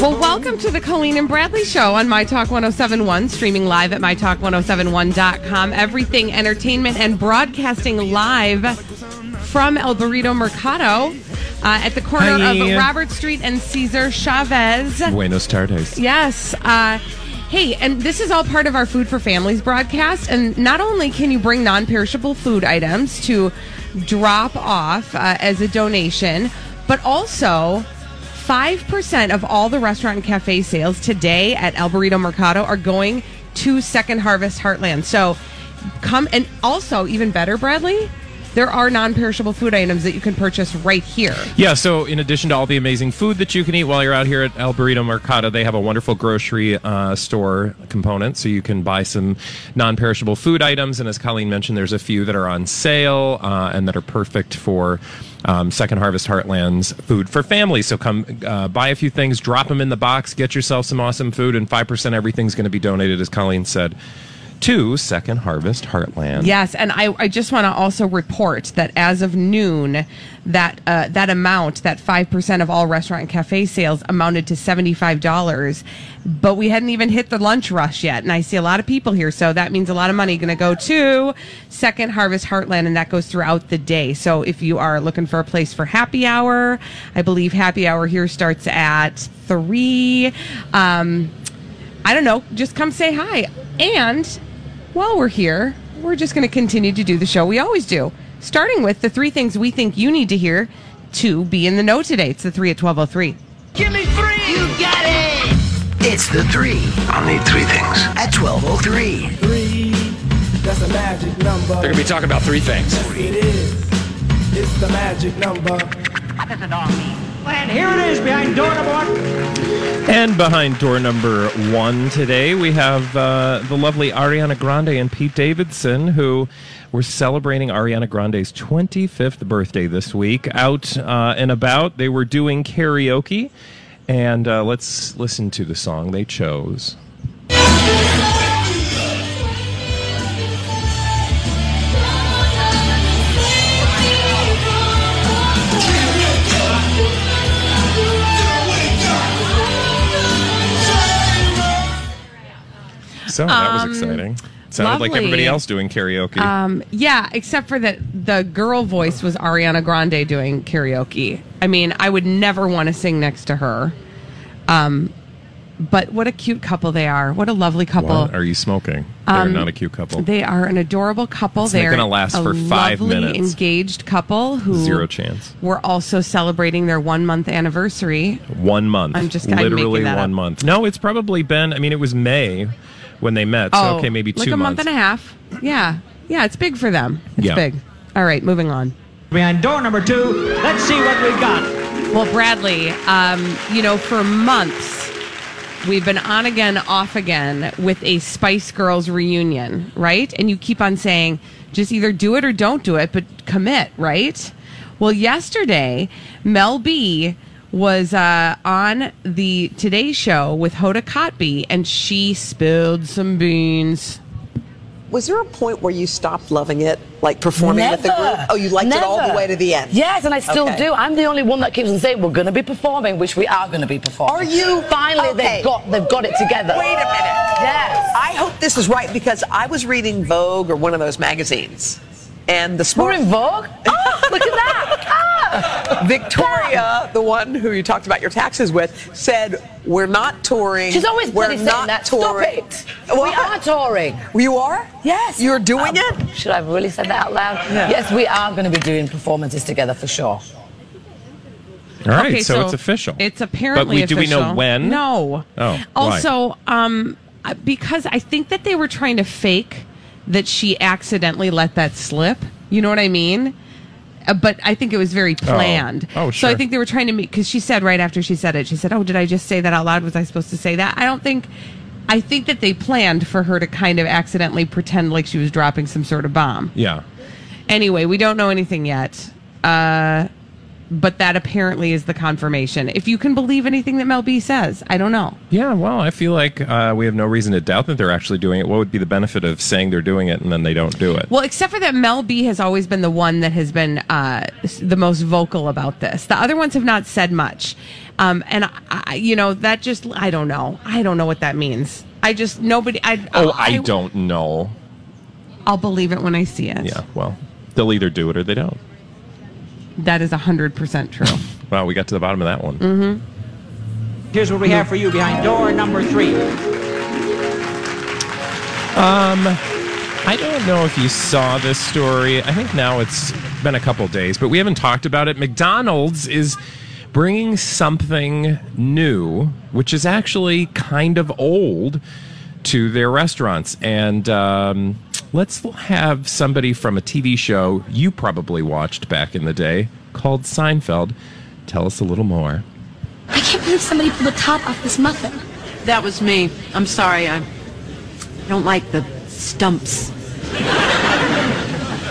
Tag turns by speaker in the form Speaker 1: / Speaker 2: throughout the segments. Speaker 1: Well, welcome to the Colleen and Bradley Show on My Talk 1071, streaming live at MyTalk1071.com. Everything entertainment and broadcasting live from El Burrito Mercado uh, at the corner
Speaker 2: Hi.
Speaker 1: of Robert Street and Cesar Chavez.
Speaker 2: Buenos tardes.
Speaker 1: Yes. Uh, hey, and this is all part of our Food for Families broadcast. And not only can you bring non perishable food items to drop off uh, as a donation, but also. 5% of all the restaurant and cafe sales today at El Burrito Mercado are going to Second Harvest Heartland. So come and also, even better, Bradley, there are non perishable food items that you can purchase right here.
Speaker 2: Yeah, so in addition to all the amazing food that you can eat while you're out here at El Burrito Mercado, they have a wonderful grocery uh, store component. So you can buy some non perishable food items. And as Colleen mentioned, there's a few that are on sale uh, and that are perfect for um, Second Harvest Heartland's food for families. So come uh, buy a few things, drop them in the box, get yourself some awesome food, and 5% everything's going to be donated, as Colleen said, to Second Harvest Heartland.
Speaker 1: Yes, and I, I just want to also report that as of noon, that uh, that amount, that five percent of all restaurant and cafe sales, amounted to seventy five dollars. But we hadn't even hit the lunch rush yet, and I see a lot of people here, so that means a lot of money going to go to Second Harvest Heartland, and that goes throughout the day. So if you are looking for a place for happy hour, I believe happy hour here starts at three. Um, I don't know. Just come say hi. And while we're here, we're just going to continue to do the show we always do, starting with the three things we think you need to hear to be in the know today. It's the three at 1203.
Speaker 3: Give me three. You got it.
Speaker 4: It's the three
Speaker 5: I'll need three things.
Speaker 4: at 1203.
Speaker 6: Three, that's a magic number.
Speaker 7: They're going to be talking about three things.
Speaker 6: It is. It's the magic number.
Speaker 3: And here it is behind door number one.
Speaker 2: And behind door number one today, we have uh, the lovely Ariana Grande and Pete Davidson, who were celebrating Ariana Grande's 25th birthday this week. Out uh, and about, they were doing karaoke. And uh, let's listen to the song they chose. So that was exciting. Sounded like
Speaker 1: Um, lovely. Um,
Speaker 2: everybody else doing karaoke.
Speaker 1: Yeah, except for that the girl voice was Ariana Grande doing karaoke. I mean, I would never want to sing next to her. Um, but what a cute couple they are. What a lovely couple.
Speaker 2: what are you smoking? They're not a cute couple.
Speaker 1: um, They are an adorable couple.
Speaker 2: It's not
Speaker 1: They're
Speaker 2: gonna last
Speaker 1: a
Speaker 2: for five
Speaker 1: lovely,
Speaker 2: minutes.
Speaker 1: Engaged couple who
Speaker 2: Zero chance.
Speaker 1: We're also celebrating their one month anniversary.
Speaker 2: One month.
Speaker 1: I'm just- I'm making
Speaker 2: literally
Speaker 1: that up.
Speaker 2: one month. No, it's probably been. I mean, it was May when they met. so okay, maybe two
Speaker 1: Oh, like a month
Speaker 2: months.
Speaker 1: and a half. Yeah, yeah, it's big for them. It's
Speaker 2: Yeah.
Speaker 1: big. All right, moving on.
Speaker 3: Behind door number two. Let's see what we've got.
Speaker 1: Well, Bradley, um, you know, for months we've been on again, off again with a Spice Girls reunion, right? And you keep on saying, just either do it or don't do it, but commit, right? Well, yesterday, Mel B was uh, on the Today Show with Hoda Kotb, and she spilled some beans.
Speaker 8: Was there a point where you stopped loving it, like performing with the group? Oh, you liked it all the
Speaker 9: Never.
Speaker 8: way to the end.
Speaker 9: Yes, and I still
Speaker 8: Okay.
Speaker 9: do. I'm the only one that keeps on saying we're going to be performing, which we are going to be performing.
Speaker 8: Are you?
Speaker 9: Finally,
Speaker 8: Okay.
Speaker 9: they've got they've got it together.
Speaker 8: Wait a minute.
Speaker 9: Yes.
Speaker 8: I hope this is right because I was reading Vogue or one of those magazines, and the
Speaker 9: We're
Speaker 8: sport.
Speaker 9: in Vogue. Oh, look at that.
Speaker 8: Victoria, the one who you talked about your taxes with, said, We're not touring.
Speaker 9: She's always
Speaker 8: We're
Speaker 9: bloody saying
Speaker 8: not
Speaker 9: that.
Speaker 8: touring.
Speaker 9: Stop it.
Speaker 8: Well,
Speaker 9: we are touring.
Speaker 8: You are?
Speaker 9: Yes.
Speaker 8: You're doing
Speaker 9: Um,
Speaker 8: it?
Speaker 9: Should I have really said that out loud?
Speaker 8: Yeah.
Speaker 9: Yes, we are going to be doing performances together for sure.
Speaker 2: All right, so, it's official.
Speaker 1: It's apparently
Speaker 2: But we, do we know
Speaker 1: official.
Speaker 2: when?
Speaker 1: No.
Speaker 2: Oh,
Speaker 1: Also, um, because I think that they were trying to fake that she accidentally let that slip. You know what I mean? Uh, But I think it was very planned.
Speaker 2: Oh,
Speaker 1: So I
Speaker 2: sure.
Speaker 1: think they were trying to make because she said right after she said it, she said, "Oh, did I just say that out loud? Was I supposed to say that?" I don't think. I think that they planned for her to kind of accidentally pretend like she was dropping some sort of bomb
Speaker 2: Yeah.
Speaker 1: anyway, we don't know anything yet. Uh, but that apparently is the confirmation. If you can believe anything that Mel B says, I don't know.
Speaker 2: Yeah, well, I feel like uh, we have no reason to doubt that they're actually doing it. What would be the benefit of saying they're doing it and then they don't do it?
Speaker 1: Well, except for that, Mel B has always been the one that has been uh, s- the most vocal about this. The other ones have not said much, um, and I- I, you know that just I don't know. I don't know what that means. I just nobody. I,
Speaker 2: oh, I, don't know.
Speaker 1: I'll believe it when I see it.
Speaker 2: Yeah, well, they'll either do it or they don't.
Speaker 1: that is hundred percent true.
Speaker 2: Wow, we got to the bottom of that
Speaker 1: Mm-hmm.
Speaker 2: one.
Speaker 3: Here's what we have for you behind door number three.
Speaker 2: I don't know if you saw this story. I think now it's been a couple days, but we haven't talked about it. McDonald's is bringing something new, which is actually kind of old, to their restaurants. And um, let's have somebody from a TV show you probably watched back in the day called Seinfeld tell us a little more.
Speaker 10: I can't believe somebody pulled the top off this muffin.
Speaker 11: That was me. I'm sorry. I don't like the stumps.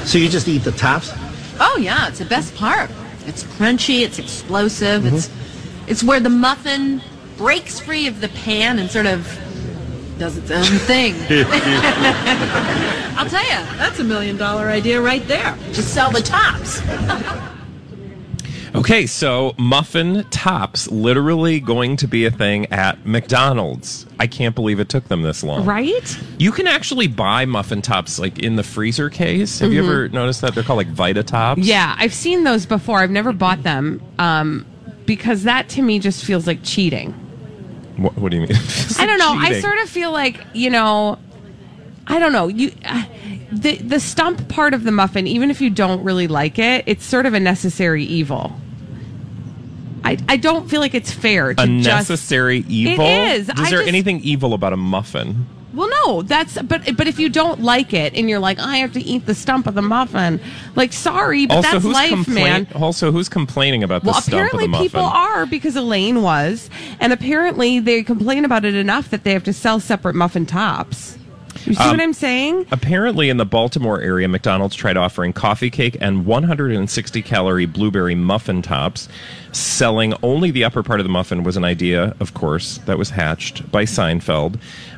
Speaker 6: So you just eat the tops?
Speaker 11: Oh yeah, it's the best part. It's crunchy. It's explosive. It's it's where the muffin breaks free of the pan and sort of does its own thing. I'll tell you, that's a million dollar idea right there. Just sell the tops.
Speaker 2: Okay, so muffin tops literally going to be a thing at McDonald's. I can't believe it took them this long.
Speaker 1: right?
Speaker 2: You can actually buy muffin tops like in the freezer case. Have you ever noticed that they're called like Vita tops?
Speaker 1: Mm-hmm. Yeah, I've seen those before. I've never bought them um, because that to me just feels like cheating.
Speaker 2: What, what do you mean?
Speaker 1: I don't know. I sort of feel like you know, I don't know. You, uh, the the stump part of the muffin, even if you don't really like it, it's sort of a necessary evil. I I don't feel like it's fair. To just,
Speaker 2: unnecessary evil.
Speaker 1: is.
Speaker 2: Is
Speaker 1: I
Speaker 2: there
Speaker 1: just-
Speaker 2: anything evil about a muffin?
Speaker 1: well, no, that's but but if you don't like it and you're like, I have to eat the stump of the muffin, like sorry, but that's
Speaker 2: who's
Speaker 1: life, man.
Speaker 2: complain- Also, who's complaining about the
Speaker 1: Well,
Speaker 2: stump of
Speaker 1: apparently
Speaker 2: the muffin?
Speaker 1: people are because Elaine was, and apparently they complain about it enough that they have to sell separate muffin tops. You see
Speaker 2: Um,
Speaker 1: what I'm saying?
Speaker 2: Apparently, in the Baltimore area, McDonald's tried offering coffee cake and 160 calorie blueberry muffin tops. Selling only the upper part of the muffin was an idea, of course, that was hatched by Seinfeld.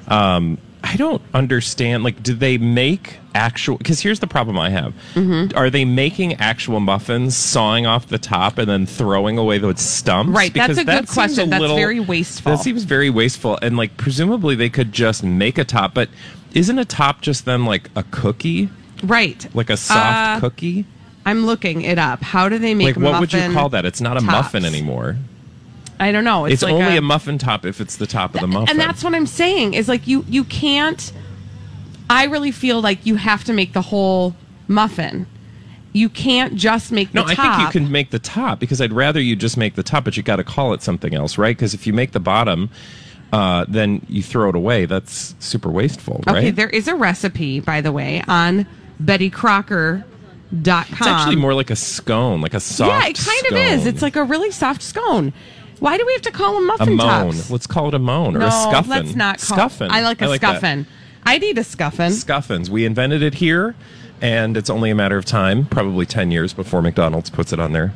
Speaker 2: Um, I don't understand. Like, do they make actual? Because here's the problem I have:
Speaker 1: Mm-hmm.
Speaker 2: Are they making actual muffins, sawing off the top, and then throwing away those stumps?
Speaker 1: Right, that's
Speaker 2: Because
Speaker 1: a good
Speaker 2: that seems
Speaker 1: question. That's very wasteful.
Speaker 2: That seems very wasteful, and like presumably they could just make a top, but isn't a top just then like a cookie,
Speaker 1: Right.
Speaker 2: like a soft
Speaker 1: Uh,
Speaker 2: cookie?
Speaker 1: I'm looking it up. How do they make
Speaker 2: Like what would you
Speaker 1: muffin
Speaker 2: call that? It's not a muffin
Speaker 1: tops?
Speaker 2: anymore.
Speaker 1: I don't know. It's,
Speaker 2: It's,
Speaker 1: like
Speaker 2: only
Speaker 1: a,
Speaker 2: a, muffin top if it's the top of the muffin.
Speaker 1: And that's what I'm saying is like you you can't. I really feel like you have to make the whole muffin. You can't just make the
Speaker 2: No, I
Speaker 1: top.
Speaker 2: think you can make the top because I'd rather you just make the top, but you got to call it something else, right? Because if you make the bottom, uh, then you throw it away. That's super wasteful, right?
Speaker 1: Okay, there is a recipe, by the way, on BettyCrocker.com.
Speaker 2: it's actually more like a scone, like a soft.
Speaker 1: Yeah, it kind of is.
Speaker 2: scone.
Speaker 1: It's like a really soft scone. Why do we have to call them
Speaker 2: a
Speaker 1: muffin
Speaker 2: moan.
Speaker 1: tops?
Speaker 2: Let's call it a moan or
Speaker 1: no,
Speaker 2: a scuffin.
Speaker 1: let's not call.
Speaker 2: scuffin.
Speaker 1: I like a
Speaker 2: that.
Speaker 1: scuffin. I'd eat a scuffin.
Speaker 2: Scuffins. We invented it here, and it's only a matter of time, probably ten years before McDonald's puts it on their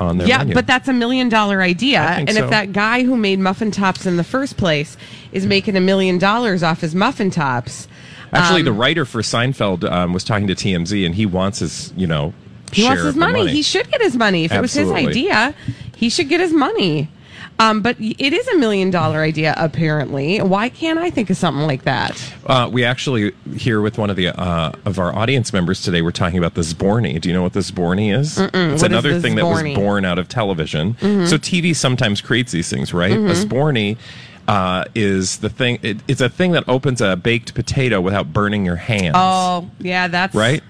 Speaker 2: on their
Speaker 1: yeah,
Speaker 2: menu.
Speaker 1: but that's a million dollar idea.
Speaker 2: I think
Speaker 1: And
Speaker 2: so.
Speaker 1: if that guy who made muffin tops in the first place is making a million dollars off his muffin tops, um,
Speaker 2: actually the writer for Seinfeld um, was talking to TMZ, and he wants his you know
Speaker 1: he
Speaker 2: share
Speaker 1: wants his
Speaker 2: of the
Speaker 1: money. He should get his money. If it was his
Speaker 2: Absolutely.
Speaker 1: idea, he should get his money. Um, but it is a million dollar idea, apparently. Why can't I think of something like that?
Speaker 2: Uh, we actually here with one of the uh, of our audience members today. We're talking about the Zborni. Do you know what the Zborni is?
Speaker 1: Mm-mm.
Speaker 2: It's
Speaker 1: What is
Speaker 2: another
Speaker 1: the
Speaker 2: thing that was
Speaker 1: Zborni?
Speaker 2: born out of television.
Speaker 1: Mhm.
Speaker 2: So TV sometimes creates these things, right? A
Speaker 1: Mhm.
Speaker 2: Zborni. Uh, is the thing? It, it's a thing that opens a baked potato without burning your hands.
Speaker 1: Oh, yeah, that's
Speaker 2: right?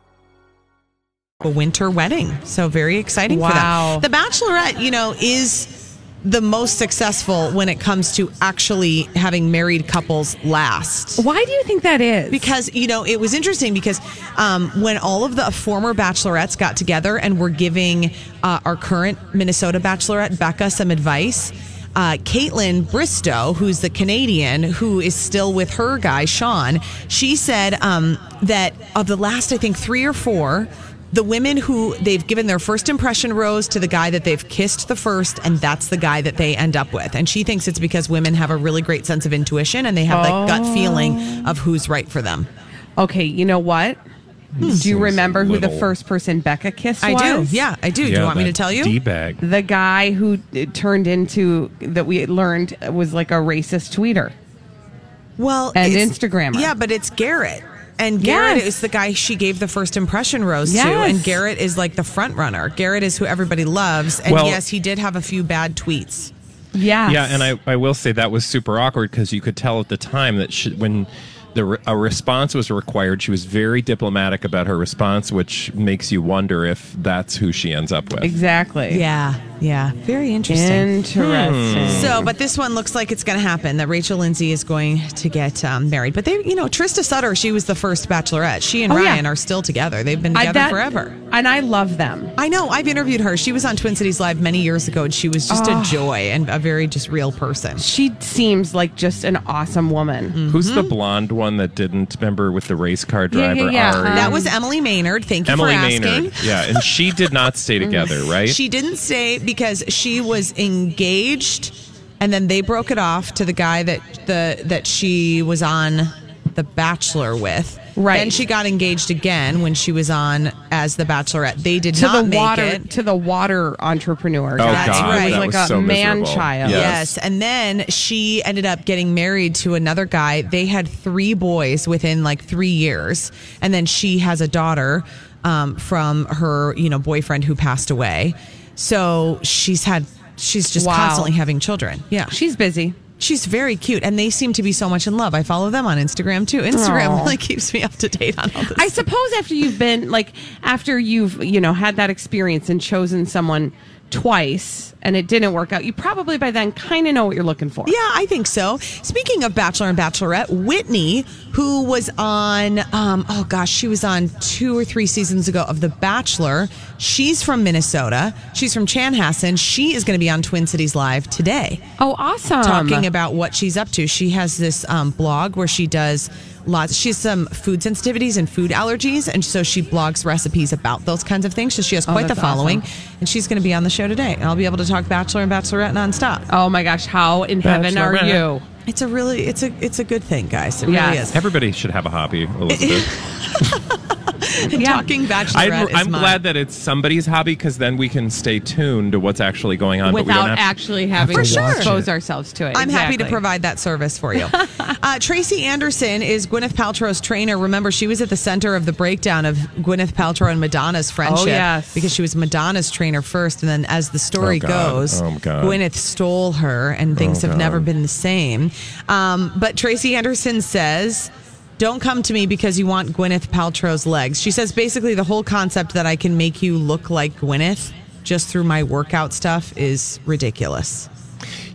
Speaker 1: a winter wedding. So very exciting
Speaker 12: Wow.
Speaker 1: for them. The Bachelorette, you know, is the most successful when it comes to actually having married couples last.
Speaker 9: Why do you think that is?
Speaker 1: Because, you know, it was interesting because um, when all of the former bachelorettes got together and were giving uh, our current Minnesota bachelorette, Becca, some advice, uh, Caitlin Bristow, who's the Canadian who is still with her guy, Sean, she said um, that of the last, I think, three or four, the women who they've given their first impression rose to the guy that they've kissed the first, and that's the guy that they end up with. And she thinks it's because women have a really great sense of intuition and they have that gut
Speaker 9: Oh.
Speaker 1: feeling of who's right for them.
Speaker 9: Okay, you know what? Do you remember who the
Speaker 1: Hmm. little-
Speaker 9: first person Becca kissed
Speaker 1: I do.
Speaker 9: was?
Speaker 1: Yeah, I do. do you want me to tell you?
Speaker 2: D-bag.
Speaker 9: The guy who it turned into that we learned was like a racist tweeter.
Speaker 1: Well,
Speaker 9: And
Speaker 1: it's-
Speaker 9: Instagrammer.
Speaker 1: Yeah, but it's Garrett. And Garrett
Speaker 9: Yes.
Speaker 1: is the guy she gave the first impression rose to.
Speaker 9: Yes.
Speaker 1: And Garrett is like the front runner. Garrett is who everybody loves. And
Speaker 2: Well-
Speaker 1: yes, he did have a few bad tweets.
Speaker 9: Yeah.
Speaker 2: Yeah, and I, I will say that was super awkward because you could tell at the time that she, when the re- a response was required, she was very diplomatic about her response, which makes you wonder if that's who she ends up with.
Speaker 9: Exactly.
Speaker 1: Yeah. Yeah. Very interesting.
Speaker 9: Interesting.
Speaker 2: Hmm.
Speaker 1: So, but this one looks like it's going to happen that Rachel Lindsay is going to get um, married. But they, you know, Trista Sutter, she was the first bachelorette. She and
Speaker 9: Oh, yeah.
Speaker 1: Ryan are still together. They've been
Speaker 9: I-
Speaker 1: together
Speaker 9: that-
Speaker 1: forever.
Speaker 9: And I love them.
Speaker 1: I know. I've interviewed her. She was on Twin Cities Live many years ago, and she was just
Speaker 9: Oh.
Speaker 1: a joy and a very just real person.
Speaker 9: She seems like just an awesome woman.
Speaker 1: Mm.
Speaker 2: Who's
Speaker 1: mm-hmm.
Speaker 2: the blonde one that didn't remember with the race car driver? Ari?
Speaker 1: that
Speaker 9: Um,
Speaker 1: was Emily Maynard. Thank you
Speaker 2: Emily
Speaker 1: for asking. Mm-hmm.
Speaker 2: Maynard. Yeah, and she did not stay together, right?
Speaker 1: She didn't stay because she was engaged, and then they broke it off to the guy that the that she was on The Bachelor with.
Speaker 9: Right.
Speaker 1: Then she got engaged again when she was on as The Bachelorette. They did
Speaker 9: to
Speaker 1: not
Speaker 9: the
Speaker 1: make
Speaker 9: water
Speaker 1: it.
Speaker 9: to the water entrepreneur.
Speaker 1: Oh,
Speaker 9: guy.
Speaker 1: God,
Speaker 9: Who was
Speaker 1: that
Speaker 9: like
Speaker 1: was
Speaker 9: a
Speaker 1: so
Speaker 9: man
Speaker 1: miserable.
Speaker 9: child.
Speaker 1: Yes. And then she ended up getting married to another guy. They had three boys within like three years. And then she has a daughter um, from her, you know, boyfriend who passed away. So she's had, she's just
Speaker 9: Wow.
Speaker 1: constantly having children. Yeah.
Speaker 9: She's busy.
Speaker 1: She's very cute. And they seem to be so much in love. I follow them on Instagram too. Instagram
Speaker 9: Aw.
Speaker 1: really keeps me up to date on all this.
Speaker 9: I suppose after you've been like after you've you know had that experience and chosen someone twice and it didn't work out, you probably by then kind of know what you're looking for.
Speaker 1: Yeah, I think so. Speaking of Bachelor and Bachelorette, Whitney, who was on, um, oh gosh, she was on two or three seasons ago of The Bachelor. She's from Minnesota. She's from Chanhassen. She is going to be on Twin Cities Live today.
Speaker 9: Oh, awesome!
Speaker 1: Talking about what she's up to. She has this um, blog where she does lots. She has some food sensitivities and food allergies, and so she blogs recipes about those kinds of things. So she has
Speaker 9: Oh,
Speaker 1: quite the
Speaker 9: that's
Speaker 1: following,
Speaker 9: awesome.
Speaker 1: and she's going to be on the show today. And I'll be able to talk Bachelor and Bachelorette nonstop.
Speaker 9: Oh my gosh, how in heaven are
Speaker 1: Bachelorette.
Speaker 9: you?
Speaker 1: It's a really it's a it's a good thing, guys. It really is.
Speaker 2: Everybody should have a hobby, Elizabeth.
Speaker 1: yeah. Talking bachelorette.
Speaker 2: I'm,
Speaker 1: is
Speaker 2: I'm
Speaker 1: mine.
Speaker 2: glad that it's somebody's hobby because then we can stay tuned to what's actually going on but we
Speaker 8: without
Speaker 2: don't have,
Speaker 8: actually having
Speaker 2: have
Speaker 8: to
Speaker 2: to watch
Speaker 8: expose
Speaker 2: it.
Speaker 8: ourselves to it.
Speaker 1: I'm happy to
Speaker 8: Exactly.
Speaker 1: provide that service for you. uh, Tracy Anderson is Gwyneth Paltrow's trainer. Remember, she was at the center of the breakdown of Gwyneth Paltrow and Madonna's friendship.
Speaker 8: Oh, yes.
Speaker 1: Because she was Madonna's trainer first. And then, as the story
Speaker 2: Oh, God.
Speaker 1: goes,
Speaker 2: Oh, God.
Speaker 1: Gwyneth stole her, and things
Speaker 2: Oh,
Speaker 1: have never
Speaker 2: God.
Speaker 1: been the same. Um, but Tracy Anderson says. Don't come to me because you want Gwyneth Paltrow's legs. She says basically the whole concept that I can make you look like Gwyneth just through my workout stuff is ridiculous.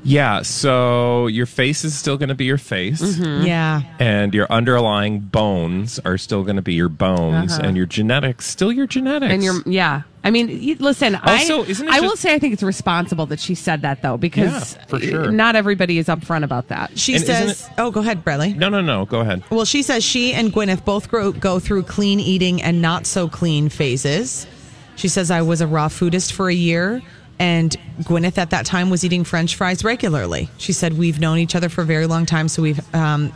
Speaker 2: Yeah, so your face is still going to be your face.
Speaker 8: Mm-hmm.
Speaker 1: Yeah.
Speaker 2: And your underlying bones are still going to be your bones,
Speaker 8: Uh-huh.
Speaker 2: and your genetics still your genetics.
Speaker 8: And you're, yeah. I mean, you, listen,
Speaker 2: Also,
Speaker 8: I,
Speaker 2: isn't it
Speaker 8: I
Speaker 2: just-
Speaker 8: will say I think it's responsible that she said that, though, because
Speaker 2: Yeah, for sure.
Speaker 8: not everybody is upfront about that.
Speaker 1: She
Speaker 2: And isn't
Speaker 1: says, "Oh, go ahead, Bradley."
Speaker 2: No, no, no. Go ahead.
Speaker 1: Well, she says she and Gwyneth both grow, go through clean eating and not so clean phases. She says, "I was a raw foodist for a year." And Gwyneth at that time was eating French fries regularly. She said, "We've known each other for a very long time, so we've." Um,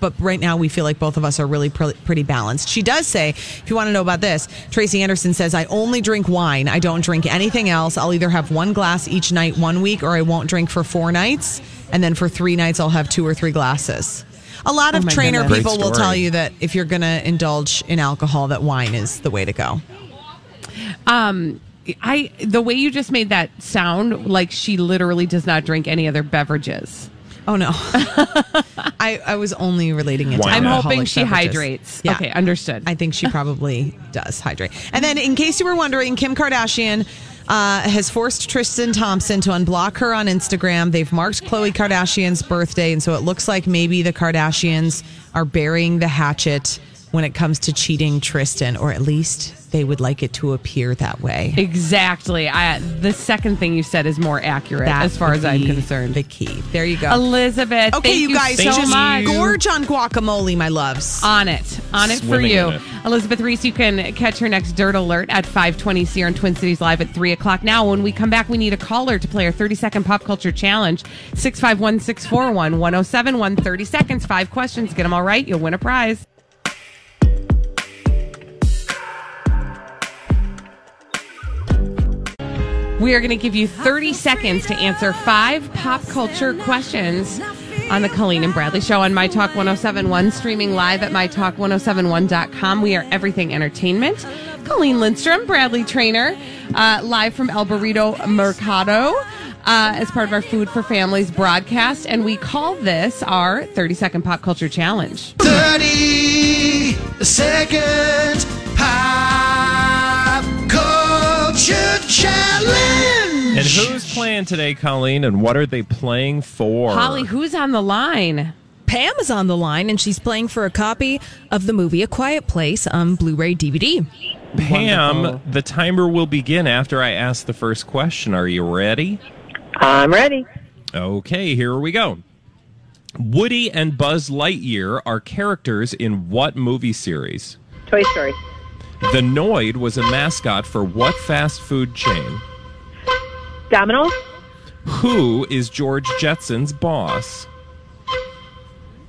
Speaker 1: but right now, we feel like both of us are really pre- pretty balanced. She does say, if you want to know about this, Tracy Anderson says, I only drink wine. I don't drink anything else. I'll either have one glass each night one week, or I won't drink for four nights. And then for three nights, I'll have two or three glasses. A lot
Speaker 8: Oh
Speaker 1: of
Speaker 8: my
Speaker 1: trainer
Speaker 8: goodness.
Speaker 1: people
Speaker 2: Great
Speaker 1: will
Speaker 2: story.
Speaker 1: tell you that if you're going to indulge in alcohol, that wine is the way to go.
Speaker 8: Um, I the way you just made that sound like she literally does not drink any other beverages.
Speaker 1: Oh no, I, I was only relating it. to
Speaker 2: Why
Speaker 8: I'm
Speaker 2: not?
Speaker 8: hoping
Speaker 1: alcoholic
Speaker 8: she
Speaker 1: beverages.
Speaker 8: hydrates.
Speaker 1: Yeah.
Speaker 8: Okay, understood.
Speaker 1: I think she probably does hydrate. And then, in case you were wondering, Kim Kardashian uh, has forced Tristan Thompson to unblock her on Instagram. They've marked Khloe Kardashian's birthday, and so it looks like maybe the Kardashians are burying the hatchet when it comes to cheating Tristan, or at least they would like it to appear that way.
Speaker 8: exactly. I, the second thing you said is more accurate
Speaker 1: That
Speaker 8: as far
Speaker 1: would
Speaker 8: as I'm
Speaker 1: be
Speaker 8: concerned.
Speaker 1: The key. There you go.
Speaker 8: Elizabeth,
Speaker 1: Okay,
Speaker 8: thank
Speaker 1: you guys,
Speaker 8: so
Speaker 1: just
Speaker 8: much. Uh,
Speaker 1: gorge on guacamole, my loves.
Speaker 8: on it on it
Speaker 2: Swimming
Speaker 8: for you
Speaker 2: in it.
Speaker 8: elizabeth reese you can catch her next dirt alert at 5.20 here on twin cities live at 3 o'clock now when we come back we need a caller to play our 30 second pop culture challenge 651-641-1071 30 seconds 5 questions get them all right you'll win a prize We are going to give you 30 seconds to answer five pop culture questions on the Colleen and Bradley Show on My Talk 1071, streaming live at MyTalk1071.com. We are everything entertainment. Colleen Lindstrom, Bradley Trainer, uh, live from El Burrito Mercado uh, as part of our Food for Families broadcast. And we call this our 30 Second Pop Culture Challenge.
Speaker 6: 30 second pop culture challenge.
Speaker 2: And who's playing today, Colleen? And what are they playing for?
Speaker 8: Holly, who's on the line?
Speaker 13: Pam is on the line and she's playing for a copy of the movie A Quiet Place on Blu ray DVD.
Speaker 2: Pam, the timer will begin after I ask the first question. Are you ready?
Speaker 14: I'm ready.
Speaker 2: Okay, here we go. Woody and Buzz Lightyear are characters in what movie series?
Speaker 14: Toy Story.
Speaker 2: The Noid was a mascot for what fast food chain?
Speaker 14: Dominoes.
Speaker 2: Who is George Jetson's boss?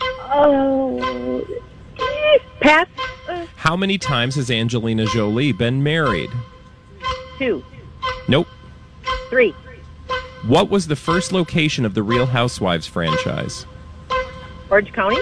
Speaker 14: Oh. eh, Pass. Uh,
Speaker 2: How many times has Angelina Jolie been married?
Speaker 14: two.
Speaker 2: Nope.
Speaker 14: Three.
Speaker 2: What was the first location of the Real Housewives franchise?
Speaker 14: Orange County.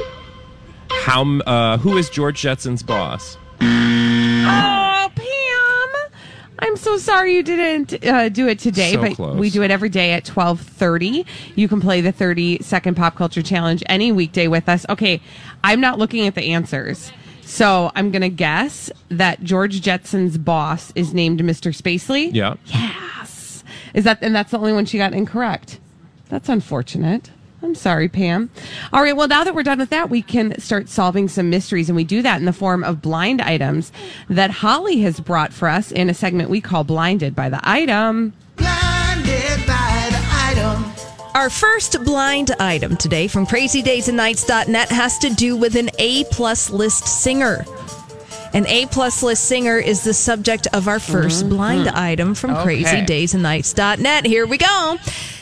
Speaker 2: How m- uh, who is George Jetson's boss?
Speaker 8: Oh, Pam, I'm so sorry you didn't uh, do it today,
Speaker 2: So
Speaker 8: but
Speaker 2: close.
Speaker 8: we do it every day at 12:30. You can play the 30 second pop culture challenge any weekday with us. Okay, I'm not looking at the answers. So I'm gonna guess that George Jetson's boss is named Mr. Spacely.
Speaker 2: Yeah.
Speaker 8: Yes. Is that and that's the only one she got incorrect. That's unfortunate. I'm sorry, Pam. All right, well, now that we're done with that, we can start solving some mysteries. And we do that in the form of blind items that Holly has brought for us in a segment we call Blinded by the Item.
Speaker 6: Blinded by the item.
Speaker 13: Our first blind item today from crazydaysandnights.net has to do with an A plus list singer. An A plus list singer is the subject of our 1st blind item from
Speaker 15: Okay.
Speaker 13: crazydaysandnights.net. Here we go.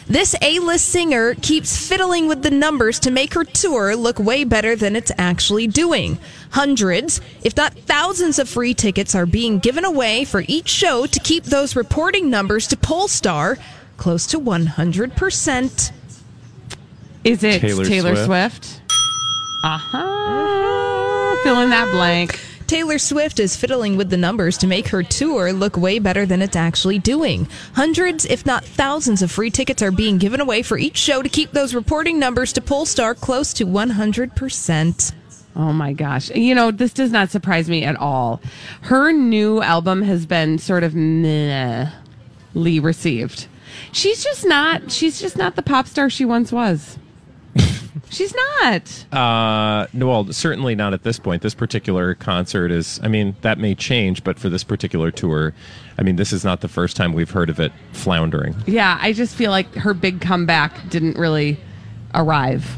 Speaker 1: This A list singer keeps fiddling with the numbers to make her tour look way better than it's actually doing. Hundreds, if not thousands, of free tickets are being given away for each show to keep those reporting numbers to Polestar close to 100%.
Speaker 8: Is it
Speaker 1: Taylor
Speaker 8: Taylor,
Speaker 1: Swift?
Speaker 8: Swift? Uh-huh. Fill in that blank.
Speaker 1: Taylor Swift is fiddling with the numbers to make her tour look way better than it's actually doing. Hundreds, if not thousands, of free tickets are being given away for each show to keep those reporting numbers to Polestar close to 100%.
Speaker 8: Oh my gosh. You know, this does not surprise me at all. Her new album has been sort of mehly received. She's just not she's just not the pop star she once was. she's not.
Speaker 2: Uh, no, well, certainly not at this point. This particular concert is, I mean, that may change, but for this particular tour, I mean, this is not the first time we've heard of it floundering.
Speaker 8: Yeah, I just feel like her big comeback didn't really arrive.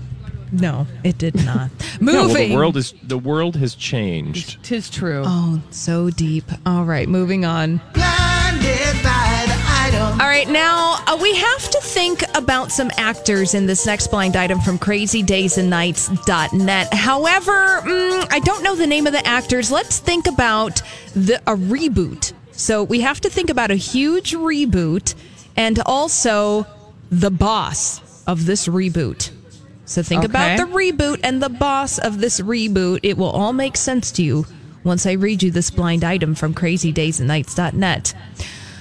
Speaker 16: No, it did not.
Speaker 2: Yeah, well,
Speaker 1: Moving.
Speaker 2: the world is the world has changed.
Speaker 8: Tis true.
Speaker 1: Oh, so deep. All right, moving on. All right, now uh, we have to think about some actors in this next blind item from crazydaysandnights.net. However, mm, I don't know the name of the actors. Let's think about the a reboot. So we have to think about a huge reboot and also the boss of this reboot. So think about
Speaker 8: Okay.
Speaker 1: the reboot and the boss of this reboot. It will all make sense to you once I read you this blind item from crazydaysandnights.net.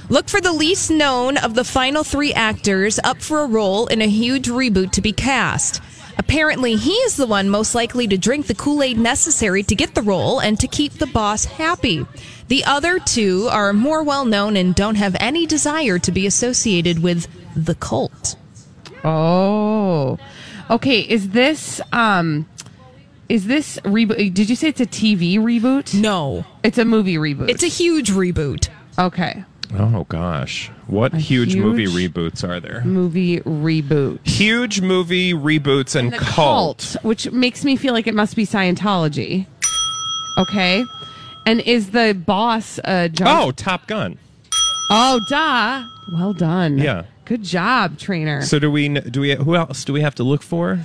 Speaker 1: Look for the least known of the final three actors up for a role in a huge reboot to be cast. Apparently, he is the one most likely to drink the Kool Aid necessary to get the role and to keep the boss happy. The other two are more well known and don't have any desire to be associated with the cult.
Speaker 8: Oh. Okay, is this um is this reboot did you say it's a TV reboot?
Speaker 16: No.
Speaker 8: It's a movie reboot.
Speaker 1: It's a huge reboot.
Speaker 8: Okay.
Speaker 2: Oh gosh, what huge,
Speaker 8: huge
Speaker 2: movie reboots are there?
Speaker 8: Movie reboot.
Speaker 2: Huge movie reboots and,
Speaker 8: The
Speaker 2: cult.
Speaker 8: which makes me feel like it must be Scientology. Okay. And is the boss uh John
Speaker 2: Oh, Top Gun.
Speaker 8: Oh duh. Well done.
Speaker 2: Yeah.
Speaker 8: Good job, trainer.
Speaker 2: So do we? kn- Do we? Who else do we have to look for?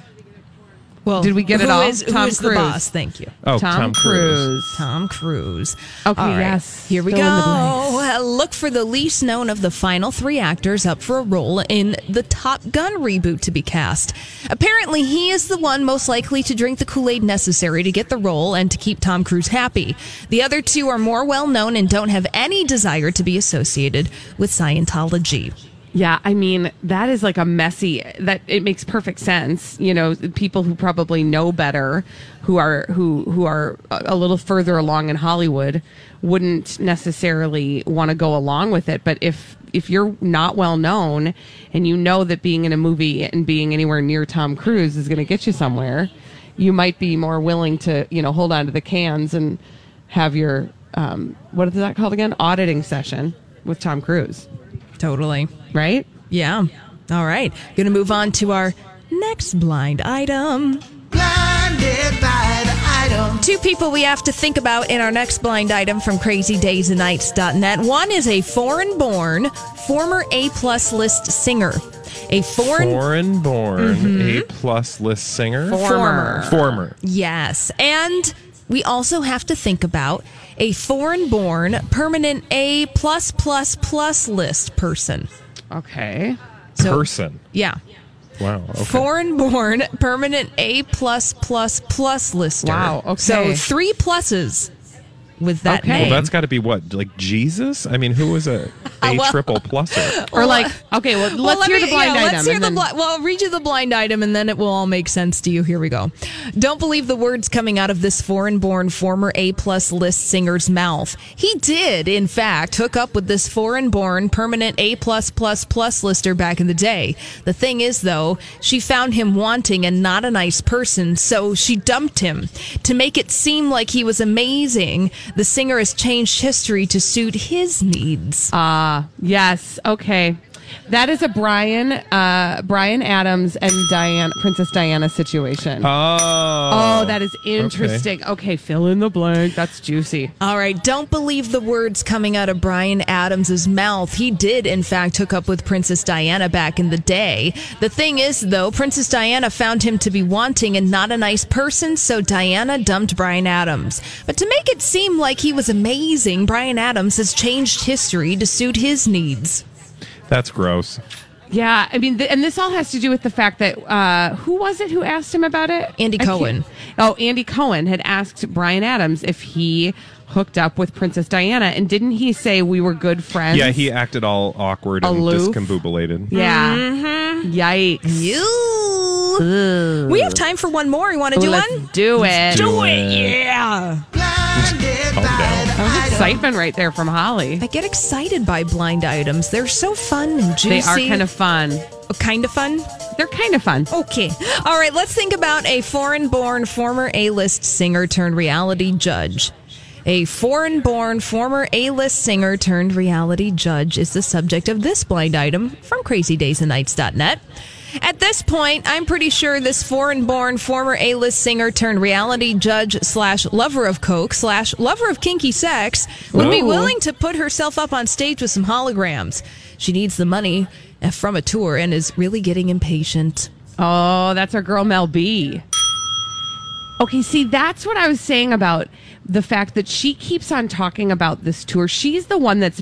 Speaker 1: Well,
Speaker 8: Did we get it
Speaker 1: who
Speaker 8: all?
Speaker 1: is- who
Speaker 8: Tom
Speaker 1: is the
Speaker 8: Cruise.
Speaker 1: boss? Thank you.
Speaker 2: Oh, Tom Cruise.
Speaker 1: Tom Cruise.
Speaker 8: Okay,
Speaker 1: All right.
Speaker 8: yes.
Speaker 1: Here we
Speaker 8: Fill in the
Speaker 1: go.
Speaker 8: blanks.
Speaker 1: Uh, Look for the least known of the final three actors up for a role in the Top Gun reboot to be cast. Apparently, he is the one most likely to drink the Kool Aid necessary to get the role and to keep Tom Cruise happy. The other two are more well known and don't have any desire to be associated with Scientology.
Speaker 8: Yeah, I mean, that is like a messy that it makes perfect sense. You know, people who probably know better, who are who who are a a little further along in Hollywood wouldn't necessarily want to go along with it, but if if you're not well known and you know that being in a movie and being anywhere near Tom Cruise is going to get you somewhere, you might be more willing to, you know, hold on to the cans and have your um what is that called again? auditing session with Tom Cruise.
Speaker 1: Totally.
Speaker 8: Right?
Speaker 1: Yeah. All right. Going to move on to our next blind item. Two people we have to think about in our next blind item from crazydaysandnights.net. One is a foreign born, former A plus list singer. A foreign.
Speaker 2: Foreign born, A plus list singer.
Speaker 1: Former.
Speaker 2: Former.
Speaker 1: Yes. And we also have to think about a foreign born, permanent A plus plus plus list person.
Speaker 8: Okay.
Speaker 1: So-
Speaker 2: Person.
Speaker 1: Yeah.
Speaker 2: Wow. Okay.
Speaker 1: Foreign born, permanent A plus plus plus lister.
Speaker 2: Wow, okay.
Speaker 1: So three pluses with that
Speaker 2: Well,
Speaker 1: name.
Speaker 2: that's got to be what, like Jesus? I mean, who was a
Speaker 1: Uh,
Speaker 2: a
Speaker 1: well-
Speaker 2: triple pluser?
Speaker 8: Or like, okay, well, let's
Speaker 1: Well, let
Speaker 8: hear
Speaker 1: me-
Speaker 8: the blind
Speaker 1: yeah,
Speaker 8: item.
Speaker 1: Let's hear
Speaker 8: and
Speaker 1: the
Speaker 8: then-
Speaker 1: blind. Well, I'll read you the blind item, and then it will all make sense to you. Here we go. Don't believe the words coming out of this foreign-born former A-plus list singer's mouth. He did, in fact, hook up with this foreign-born permanent A-plus plus plus lister back in the day. The thing is, though, she found him wanting and not a nice person, so she dumped him to make it seem like he was amazing. The singer has changed history to suit his needs.
Speaker 8: Ah, yes. Okay.
Speaker 9: That is a Brian, uh, Brian Adams and Diana, Princess Diana situation.
Speaker 2: Oh.
Speaker 9: Oh, that is interesting. Okay. fill in the blank. That's juicy.
Speaker 1: All right, don't believe the words coming out of Brian Adams' mouth. He did, in fact, hook up with Princess Diana back in the day. The thing is, though, Princess Diana found him to be wanting and not a nice person, so Diana dumped Brian Adams. But to make it seem like he was amazing, Brian Adams has changed history to suit his needs.
Speaker 2: That's gross.
Speaker 9: Yeah, I mean, th- and this all has to do with the fact that uh, who was it who asked him about it?
Speaker 1: Andy
Speaker 9: I can't-
Speaker 1: Cohen.
Speaker 9: Oh, Andy Cohen had asked Brian Adams if he hooked up with Princess Diana, and didn't he say we were good friends?
Speaker 2: Yeah, he acted all awkward and
Speaker 9: Aloof.
Speaker 2: discombobulated.
Speaker 9: Yeah. Mm-hmm. Yikes.
Speaker 1: You. We have time for one more. You want to
Speaker 9: Ooh,
Speaker 1: do
Speaker 9: let's
Speaker 1: one?
Speaker 9: do
Speaker 1: Let's
Speaker 9: it.
Speaker 1: Do
Speaker 2: Do
Speaker 1: it.
Speaker 2: it.
Speaker 1: Yeah.
Speaker 9: That was excitement right there from Holly.
Speaker 1: I get excited by blind items. They're so fun and juicy.
Speaker 9: They are kind of fun.
Speaker 1: Oh, kind of fun.
Speaker 9: They're kind of fun.
Speaker 1: Okay. All right, let's think about a foreign born former A list singer turned reality judge. A foreign born former A list singer turned reality judge is the subject of this blind item from crazydaysandnights.net. At this point, I'm pretty sure this foreign born former A list singer turned reality judge slash lover of Coke slash lover of kinky sex would be
Speaker 2: Ooh.
Speaker 1: willing to put herself up on stage with some holograms. She needs the money from a tour and is really getting impatient.
Speaker 9: Oh, that's our girl Mel B. Okay, see, that's what I was saying about the fact that she keeps on talking about this tour. She's the one that's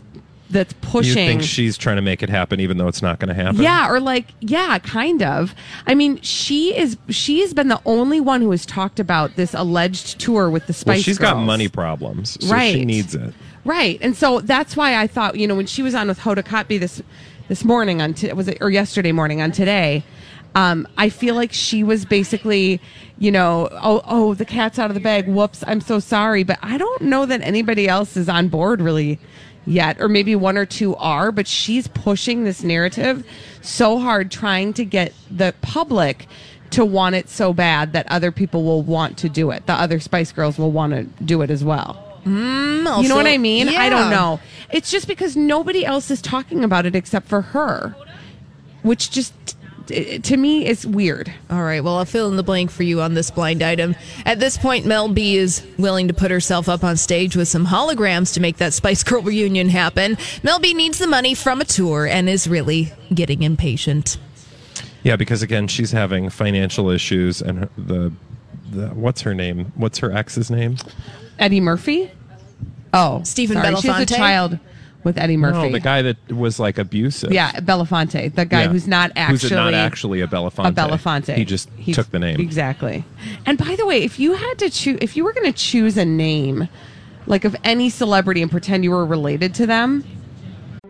Speaker 9: that's
Speaker 2: You
Speaker 9: pushing.
Speaker 2: think she's trying to make it happen, even though it's not going to happen?
Speaker 9: Yeah, or like, yeah, kind of. I mean, she is she has been the only one who has talked about this alleged tour with the Spice
Speaker 2: Well, she's got
Speaker 9: Girls.
Speaker 2: money problems, so she
Speaker 9: Right.
Speaker 2: needs it.
Speaker 9: Right. And so that's why I thought, you know, when she was on with Hoda Kotb this this morning on t- was it or yesterday morning on today, um, I feel like she was basically, you know, oh oh the cat's out of the bag. Whoops, I'm so sorry, but I don't know that anybody else is on board really yet or maybe one or two are, but she's pushing this narrative so hard trying to get the public to want it so bad that other people will want to do it. The other Spice Girls will want to do it as well.
Speaker 1: Mm,
Speaker 9: You know what
Speaker 1: also-
Speaker 9: I mean? I don't
Speaker 1: Yeah.
Speaker 9: know. It's just because nobody else is talking about it except for her, which just t- to me is weird.
Speaker 1: All right. Well, I'll fill in the blank for you on this blind item. At this point, Mel B is willing to put herself up on stage with some holograms to make that Spice Girl reunion happen. Mel B needs the money from a tour and is really getting impatient.
Speaker 2: Yeah, because again, she's having financial issues, and her, the, the what's her name? What's her ex's name?
Speaker 9: Eddie Murphy? Oh,
Speaker 1: Stephen
Speaker 9: sorry. She has a
Speaker 1: Belafonte?
Speaker 9: child with Eddie Murphy.
Speaker 2: No, the guy that was like abusive.
Speaker 9: yeah, Belafonte, the guy
Speaker 2: Yeah.
Speaker 9: who's not actually
Speaker 2: who's not actually a Belafonte.
Speaker 9: a Belafonte.
Speaker 2: He just
Speaker 9: He's-
Speaker 2: took the name.
Speaker 9: Exactly. And by the way, if you had to choose, if you were going to choose a name, like of any celebrity, and pretend you were related to them,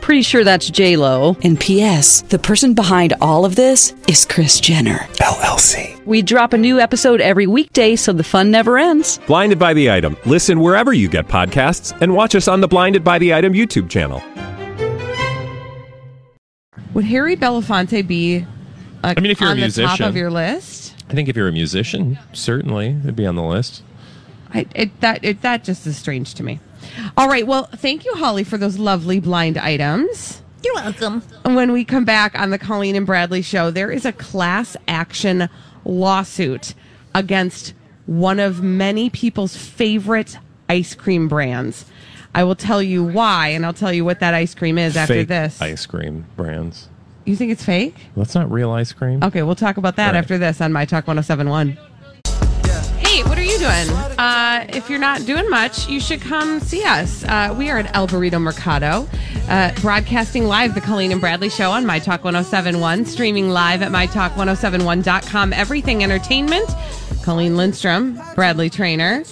Speaker 8: Pretty sure that's J Lo. And P.S. The person behind all of this is Chris Jenner LLC. We drop a new episode every weekday, so the fun never ends.
Speaker 17: Blinded by the Item. Listen wherever you get podcasts and watch us on the Blinded by the Item YouTube channel.
Speaker 9: would Harry Belafonte be? Uh,
Speaker 2: I mean, if you're a
Speaker 9: on the top
Speaker 2: musician.
Speaker 9: of your list,
Speaker 2: I think if you're a musician, certainly it'd be on the list.
Speaker 9: I, it, that it, that just is strange to me. All right, well, thank you, Holly, for those lovely blind items.
Speaker 1: You're welcome.
Speaker 9: When we come back on the Colleen and Bradley show, there is a class action lawsuit against one of many people's favorite ice cream brands. I will tell you why, and I'll tell you what that ice cream is after
Speaker 2: Fake
Speaker 9: this.
Speaker 2: ice cream brands.
Speaker 9: You think it's fake?
Speaker 2: That's not real ice cream.
Speaker 9: Okay, we'll talk about that
Speaker 2: Right.
Speaker 9: after this on My Talk 1071. Hey, what are you doing? Uh, if you're not doing much, you should come see us. Uh, we are at El Burrito Mercado, uh, broadcasting live the Colleen and Bradley show on My Talk 1071, streaming live at MyTalk1071.com. Everything Entertainment. Colleen Lindstrom, Bradley Trainer.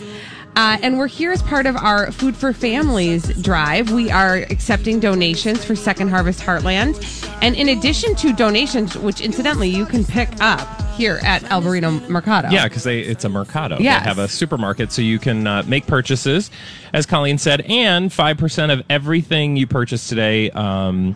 Speaker 9: Uh, and we're here as part of our Food for Families drive. We are accepting donations for Second Harvest Heartland. And in addition to donations, which incidentally you can pick up,
Speaker 8: here at El Burrito Mercado.
Speaker 2: Yeah, because it's a mercado.
Speaker 8: Yes.
Speaker 2: They have a supermarket, so you can uh, make purchases, as Colleen said, and 5% of everything you purchase today, um,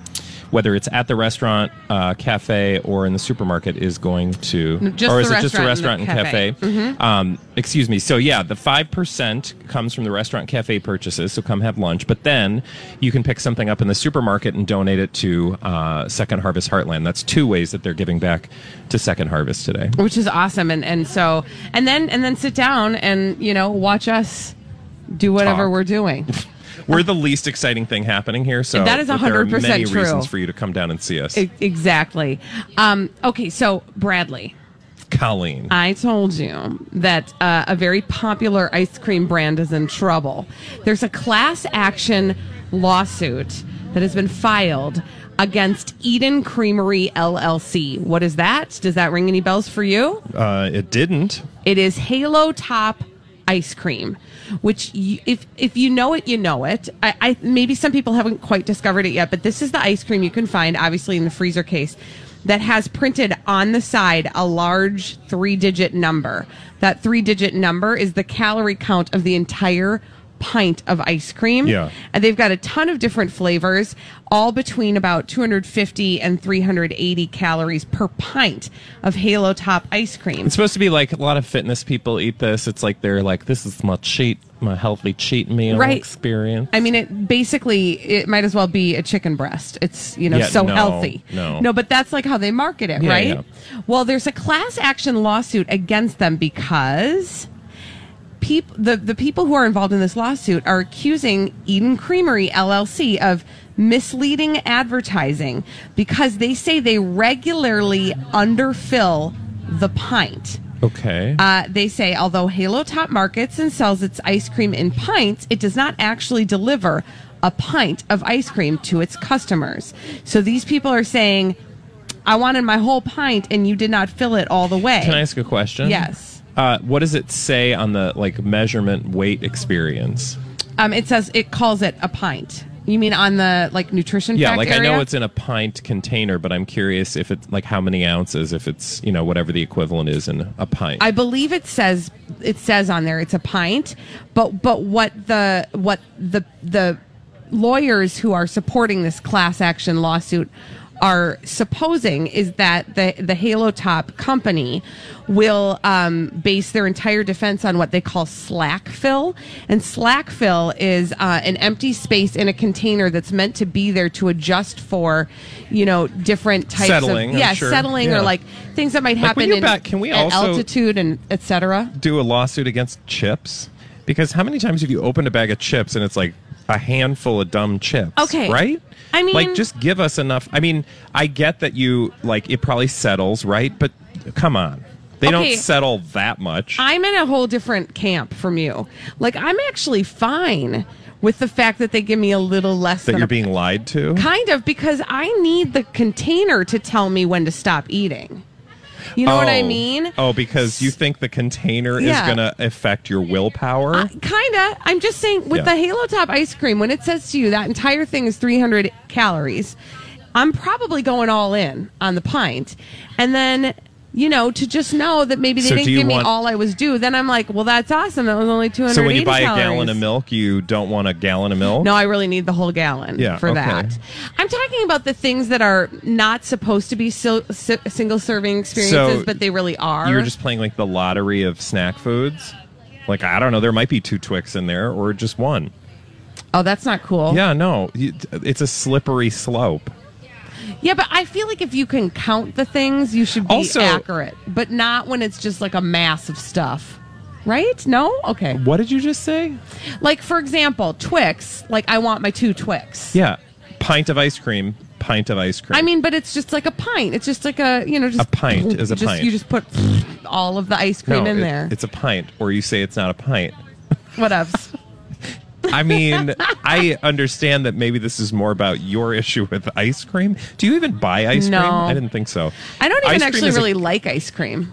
Speaker 2: whether it's at the restaurant, uh, cafe, or in the supermarket, is going to.
Speaker 8: No, just
Speaker 2: or
Speaker 8: the
Speaker 2: is it just the restaurant
Speaker 8: restaurant and
Speaker 2: and
Speaker 8: the
Speaker 2: cafe?
Speaker 8: cafe. Mhm.
Speaker 2: Um, excuse me. So, yeah, the 5% comes from the restaurant cafe purchases, so come have lunch. But then you can pick something up in the supermarket and donate it to uh, Second Harvest Heartland. That's two ways that they're giving back to Second Harvest today.
Speaker 8: which is awesome and and so and then and then sit down and you know watch us do whatever
Speaker 2: Talk.
Speaker 8: we're doing
Speaker 2: We're the least exciting thing happening here, so
Speaker 8: That is
Speaker 2: but there are
Speaker 8: 100%
Speaker 2: many
Speaker 8: true.
Speaker 2: reasons for you to come down and see us.
Speaker 8: E- exactly um okay so bradley
Speaker 2: Colleen,
Speaker 8: I told you that uh, a very popular ice cream brand is in trouble. There's a class action lawsuit that has been filed against Eden Creamery LLC. What is that? Does that ring any bells for you?
Speaker 2: uh, it didn't.
Speaker 8: It is Halo Top ice cream, which you, if if you know it, you know it. I, I maybe some people haven't quite discovered it yet, but this is the ice cream you can find, obviously in the freezer case, that has printed on the side a large three digit number. That three digit number is the calorie count of the entire pint of ice cream.
Speaker 2: Yeah.
Speaker 8: And they've got a ton of different flavors, all between about 250 and 380 calories per pint of Halo Top ice cream.
Speaker 2: It's supposed to be like a lot of fitness people eat this. It's like they're like, this is my cheat, my healthy cheat meal
Speaker 8: Right.
Speaker 2: experience.
Speaker 8: I mean, it basically it might as well be a chicken breast. It's you know
Speaker 2: Yeah,
Speaker 8: so
Speaker 2: no,
Speaker 8: healthy.
Speaker 2: no.
Speaker 8: no, but that's like how they market it,
Speaker 2: Yeah,
Speaker 8: right?
Speaker 2: yeah.
Speaker 8: Well, there's a class action lawsuit against them because peop- the the people who are involved in this lawsuit are accusing Eden Creamery LLC of misleading advertising because they say they regularly underfill the pint.
Speaker 2: Okay.
Speaker 8: Uh, they say although Halo Top markets and sells its ice cream in pints, it does not actually deliver a pint of ice cream to its customers. So these people are saying, I wanted my whole pint and you did not fill it all the way.
Speaker 2: Can I ask a question?
Speaker 8: Yes.
Speaker 2: Uh, what does it say on the like measurement weight experience?
Speaker 8: Um, it says it calls it a pint. You mean on the like nutrition?
Speaker 2: yeah,
Speaker 8: fact
Speaker 2: like I
Speaker 8: area?
Speaker 2: know it's in a pint container, but I'm curious if it's like how many ounces, if it's you know whatever the equivalent is in a pint.
Speaker 8: I believe it says it says on there it's a pint, but but what the what the the lawyers who are supporting this class action lawsuit are supposing is that the the Halo Top company will um, base their entire defense on what they call slack fill, and slack fill is uh, an empty space in a container that's meant to be there to adjust for, you know, different types
Speaker 2: Settling,
Speaker 8: of
Speaker 2: I'm
Speaker 8: yeah
Speaker 2: sure.
Speaker 8: settling
Speaker 2: Yeah.
Speaker 8: or like things that might
Speaker 2: Like,
Speaker 8: happen
Speaker 2: when you're
Speaker 8: in,
Speaker 2: back, can we
Speaker 8: at
Speaker 2: also-
Speaker 8: altitude and etc.
Speaker 2: do a lawsuit against chips because how many times have you opened a bag of chips and it's like a handful of dumb chips
Speaker 8: Okay.
Speaker 2: right
Speaker 8: I mean-
Speaker 2: like just give us enough i mean i get that you like it probably settles right but come on they
Speaker 8: Okay.
Speaker 2: don't settle that much
Speaker 8: I'm in a whole different camp from you. Like I'm actually fine with the fact that they give me a little less
Speaker 2: that
Speaker 8: than
Speaker 2: you're
Speaker 8: a
Speaker 2: being lied to
Speaker 8: kind of because I need the container to tell me when to stop eating. You know what I
Speaker 2: Oh.
Speaker 8: mean?
Speaker 2: oh because you think the container
Speaker 8: Yeah.
Speaker 2: is gonna affect your willpower
Speaker 8: Kinda. I'm just saying with
Speaker 2: Yeah.
Speaker 8: the Halo Top ice cream, when it says to you that entire thing is 300 calories, I'm probably going all in on the pint, and then. You know, to just know that maybe they
Speaker 2: So
Speaker 8: didn't
Speaker 2: do you
Speaker 8: give me
Speaker 2: want-
Speaker 8: all I was due, then I'm like, well, that's awesome. That was only 280
Speaker 2: so when you buy
Speaker 8: calories.
Speaker 2: a gallon of milk you don't want a gallon of milk
Speaker 8: No, oh, I really need the whole gallon
Speaker 2: Yeah,
Speaker 8: for
Speaker 2: okay.
Speaker 8: that. I'm talking about the things that are not supposed to be sil- si- single serving experiences,
Speaker 2: So
Speaker 8: but they really are.
Speaker 2: You were just playing like the lottery of snack foods. Like I don't know, there might be two Twix in there or just one.
Speaker 8: oh, that's not cool.
Speaker 2: Yeah, no, you- it's a slippery slope.
Speaker 8: Yeah, but I feel like if you can count the things, you should be
Speaker 2: Also-
Speaker 8: accurate, but not when it's just like a mass of stuff. Right? No? Okay.
Speaker 2: What did you just say?
Speaker 8: Like, for example, Twix, like I want my two Twix.
Speaker 2: Yeah, pint of ice cream, pint of ice cream.
Speaker 8: I mean, but it's just like a pint. It's just like a, you know, just
Speaker 2: a pint is a
Speaker 8: just-
Speaker 2: pint.
Speaker 8: You just put all of the ice cream
Speaker 2: No,
Speaker 8: in
Speaker 2: it-
Speaker 8: there.
Speaker 2: It's a pint, or you say it's not a pint.
Speaker 8: What else?
Speaker 2: I mean, I understand that maybe this is more about your issue with ice cream. Do you even buy ice
Speaker 8: No.
Speaker 2: cream? I didn't think so.
Speaker 8: I don't
Speaker 2: Ice
Speaker 8: even
Speaker 2: cream
Speaker 8: actually
Speaker 2: is a-
Speaker 8: really like ice cream.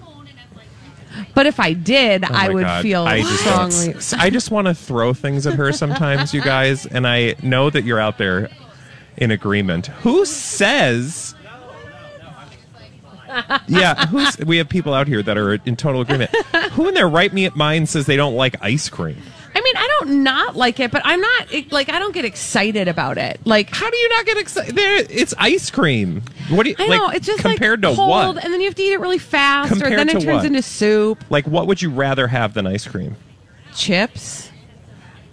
Speaker 8: But if I did,
Speaker 2: Oh
Speaker 8: I
Speaker 2: my
Speaker 8: would
Speaker 2: God.
Speaker 8: feel
Speaker 2: just don't-
Speaker 8: strongly.
Speaker 2: I just want to throw things at her sometimes, you guys, and I know that you're out there in agreement. Who says yeah, who's we have people out here that are in total agreement. Who in their right me- mind says they don't like ice cream?
Speaker 9: I mean, I don't not like it, but I'm not it- like I don't get excited about it. Like,
Speaker 2: how do you not get excited? There, it's ice cream. What do you?
Speaker 9: I
Speaker 2: like,
Speaker 9: know it's just
Speaker 2: compared
Speaker 9: like
Speaker 2: to
Speaker 9: cold,
Speaker 2: what?
Speaker 9: and then you have to eat it really fast, or
Speaker 2: Compared
Speaker 9: then it
Speaker 2: to
Speaker 9: turns
Speaker 2: what?
Speaker 9: into soup,
Speaker 2: Like, what would you rather have than ice cream?
Speaker 9: chips,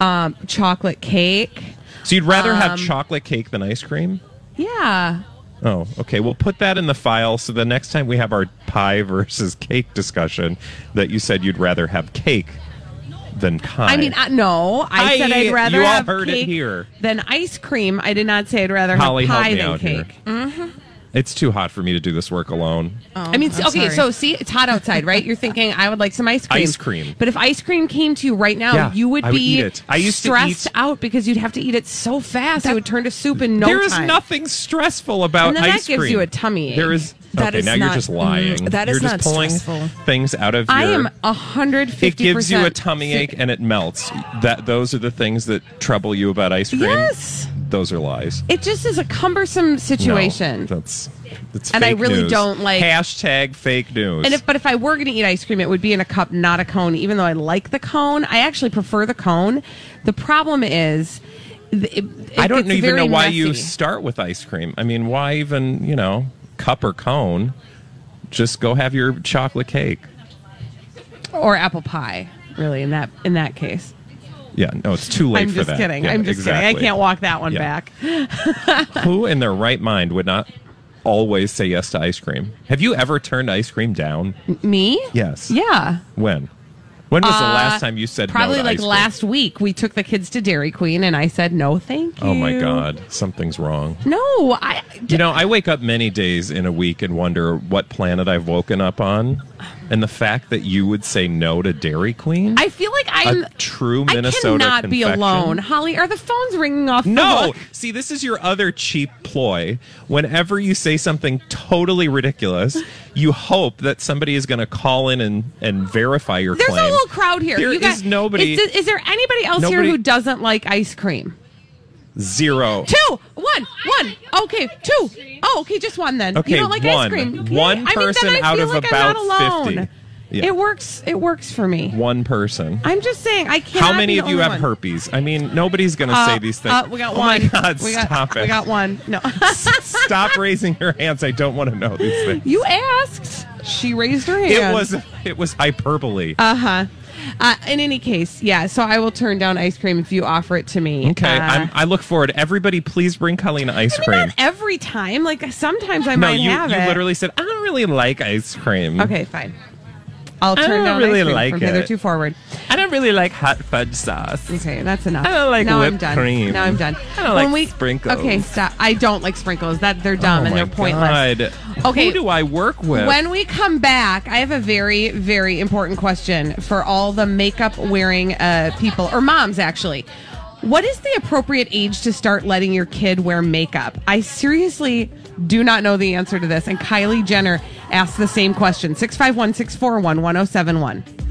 Speaker 9: um, chocolate cake.
Speaker 2: So you'd rather have
Speaker 9: Um,
Speaker 2: chocolate cake than ice cream?
Speaker 9: Yeah,
Speaker 2: Oh, okay. We'll put that in the file. So the next time we have our pie versus cake discussion, that you said you'd rather have cake than pie.
Speaker 9: I mean, I, no, I,
Speaker 2: I-
Speaker 9: said I'd rather
Speaker 2: you all
Speaker 9: have
Speaker 2: heard it
Speaker 9: cake
Speaker 2: here.
Speaker 9: than ice cream. I did not say I'd rather
Speaker 2: Holly,
Speaker 9: have
Speaker 2: help
Speaker 9: pie
Speaker 2: me
Speaker 9: than
Speaker 2: out here.
Speaker 9: cake. hmm
Speaker 2: it's too hot for me to do this work alone.
Speaker 9: I
Speaker 2: Oh,
Speaker 9: mean,
Speaker 1: I'm
Speaker 9: okay,
Speaker 1: sorry.
Speaker 9: so see, it's hot outside, right? You're thinking I would like some ice cream.
Speaker 2: Ice cream.
Speaker 9: But if ice cream came to you right now,
Speaker 2: Yeah,
Speaker 9: you would
Speaker 2: I would
Speaker 9: be
Speaker 2: eat it. I used to
Speaker 9: stressed
Speaker 2: eat-
Speaker 9: out because you'd have to eat it so fast it would turn to soup in no
Speaker 2: there is
Speaker 9: time.
Speaker 2: nothing stressful about
Speaker 9: And then that
Speaker 2: ice cream.
Speaker 9: gives you a tummy ache.
Speaker 2: There is.
Speaker 9: That
Speaker 2: okay,
Speaker 9: is
Speaker 2: now
Speaker 9: not-
Speaker 2: you're just lying.
Speaker 9: Mm, that
Speaker 2: you're
Speaker 9: is
Speaker 2: just
Speaker 9: not
Speaker 2: pulling
Speaker 9: stressful.
Speaker 2: things out of.
Speaker 9: I
Speaker 2: your,
Speaker 9: am a hundred fifty.
Speaker 2: It gives you a tummy ache and it melts. That those are the things that trouble you about ice cream.
Speaker 9: Yes.
Speaker 2: Those are lies.
Speaker 9: It just is a cumbersome situation.
Speaker 2: No, that's that's
Speaker 9: And I
Speaker 2: fake
Speaker 9: really
Speaker 2: news.
Speaker 9: don't like-
Speaker 2: hashtag fake news.
Speaker 9: And if, but if I were going to eat ice cream, it would be in a cup, not a cone. Even though I like the cone, I actually prefer the cone. The problem is, th- it, it
Speaker 2: I don't
Speaker 9: gets
Speaker 2: even
Speaker 9: very
Speaker 2: know why
Speaker 9: messy.
Speaker 2: you start with ice cream. I mean, why even you know cup or cone? Just go have your chocolate cake.
Speaker 9: or apple pie. Really, in that in that case,
Speaker 2: Yeah, no, it's too late
Speaker 9: I'm
Speaker 2: for
Speaker 9: just
Speaker 2: that.
Speaker 9: kidding.
Speaker 2: Yeah,
Speaker 9: I'm just kidding. I
Speaker 2: exactly.
Speaker 9: can't walk that one
Speaker 2: Yeah.
Speaker 9: back.
Speaker 2: Who in their right mind would not always say yes to ice cream? Have you ever turned ice cream down?
Speaker 9: Me?
Speaker 2: Yes.
Speaker 9: Yeah.
Speaker 2: When? When was the
Speaker 9: Uh,
Speaker 2: last time you said
Speaker 9: Probably
Speaker 2: no to
Speaker 9: like
Speaker 2: ice cream?
Speaker 9: last week, we took the kids to Dairy Queen, and I said no, thank you.
Speaker 2: Oh my god, something's wrong.
Speaker 9: No, I
Speaker 2: You know, I wake up many days in a week and wonder what planet I've woken up on, and the fact that you would say no to Dairy Queen.
Speaker 9: I feel like I'm
Speaker 2: a true
Speaker 9: I
Speaker 2: Minnesota
Speaker 9: cannot be
Speaker 2: confection?
Speaker 9: alone. Holly, are the phones ringing off? the
Speaker 2: No,
Speaker 9: hook?
Speaker 2: see, this is your other cheap ploy. Whenever you say something totally ridiculous, you hope that somebody is going to call in and, and verify your
Speaker 9: There's
Speaker 2: claim.
Speaker 9: a whole crowd here.
Speaker 2: There
Speaker 9: you got-
Speaker 2: is nobody-
Speaker 9: Is, is there anybody else
Speaker 2: Nobody-
Speaker 9: here who doesn't like ice cream?
Speaker 2: Zero.
Speaker 9: Two, one, one. Okay, two. Oh, okay, just one then.
Speaker 2: Okay,
Speaker 9: you don't like
Speaker 2: one.
Speaker 9: ice cream. Okay.
Speaker 2: One
Speaker 9: I mean,
Speaker 2: person
Speaker 9: then I
Speaker 2: out
Speaker 9: feel
Speaker 2: of
Speaker 9: like
Speaker 2: about
Speaker 9: I'm not alone.
Speaker 2: 50. Yeah.
Speaker 9: It works. It works for me.
Speaker 2: One person.
Speaker 9: I'm just saying. I can't.
Speaker 2: How many of you have
Speaker 9: one.
Speaker 2: herpes? I mean, nobody's going to
Speaker 9: Uh,
Speaker 2: say these things.
Speaker 9: uh, we got
Speaker 2: Oh
Speaker 9: one.
Speaker 2: my God,
Speaker 9: we got,
Speaker 2: stop it.
Speaker 9: We got one. No.
Speaker 2: stop raising your hands. I don't want to know these things.
Speaker 9: You asked. She raised her hand.
Speaker 2: It was it was hyperbole.
Speaker 9: Uh-huh. Uh In any case, yeah. So I will turn down ice cream if you offer it to me.
Speaker 2: okay,
Speaker 9: Uh,
Speaker 2: I'm, I look forward. Everybody, please bring Colleen ice
Speaker 9: I mean,
Speaker 2: cream.
Speaker 9: not every time. Like sometimes I
Speaker 2: no,
Speaker 9: might
Speaker 2: you
Speaker 9: have
Speaker 2: you
Speaker 9: it.
Speaker 2: literally said I don't really like ice cream.
Speaker 9: Okay, fine. I'll
Speaker 2: I
Speaker 9: turn
Speaker 2: don't
Speaker 9: down
Speaker 2: really
Speaker 9: ice cream
Speaker 2: like
Speaker 9: from
Speaker 2: it.
Speaker 9: hitherto forward.
Speaker 2: I don't really like hot fudge sauce.
Speaker 9: Okay, that's enough.
Speaker 2: I don't like
Speaker 9: now I'm
Speaker 2: whipped
Speaker 9: done.
Speaker 2: cream.
Speaker 9: Now I'm done.
Speaker 2: I don't
Speaker 9: When
Speaker 2: like
Speaker 9: we-
Speaker 2: sprinkles.
Speaker 9: Okay, stop. I don't like sprinkles. That they're dumb
Speaker 2: oh
Speaker 9: and
Speaker 2: my
Speaker 9: they're pointless.
Speaker 2: God.
Speaker 9: Okay.
Speaker 2: who do I work with?
Speaker 9: When we come back, I have a very, very important question for all the makeup wearing uh, people, or moms actually. What is the appropriate age to start letting your kid wear makeup? I seriously do not know oh the answer to this. And Kylie Jenner asked the same question 651 641 1071.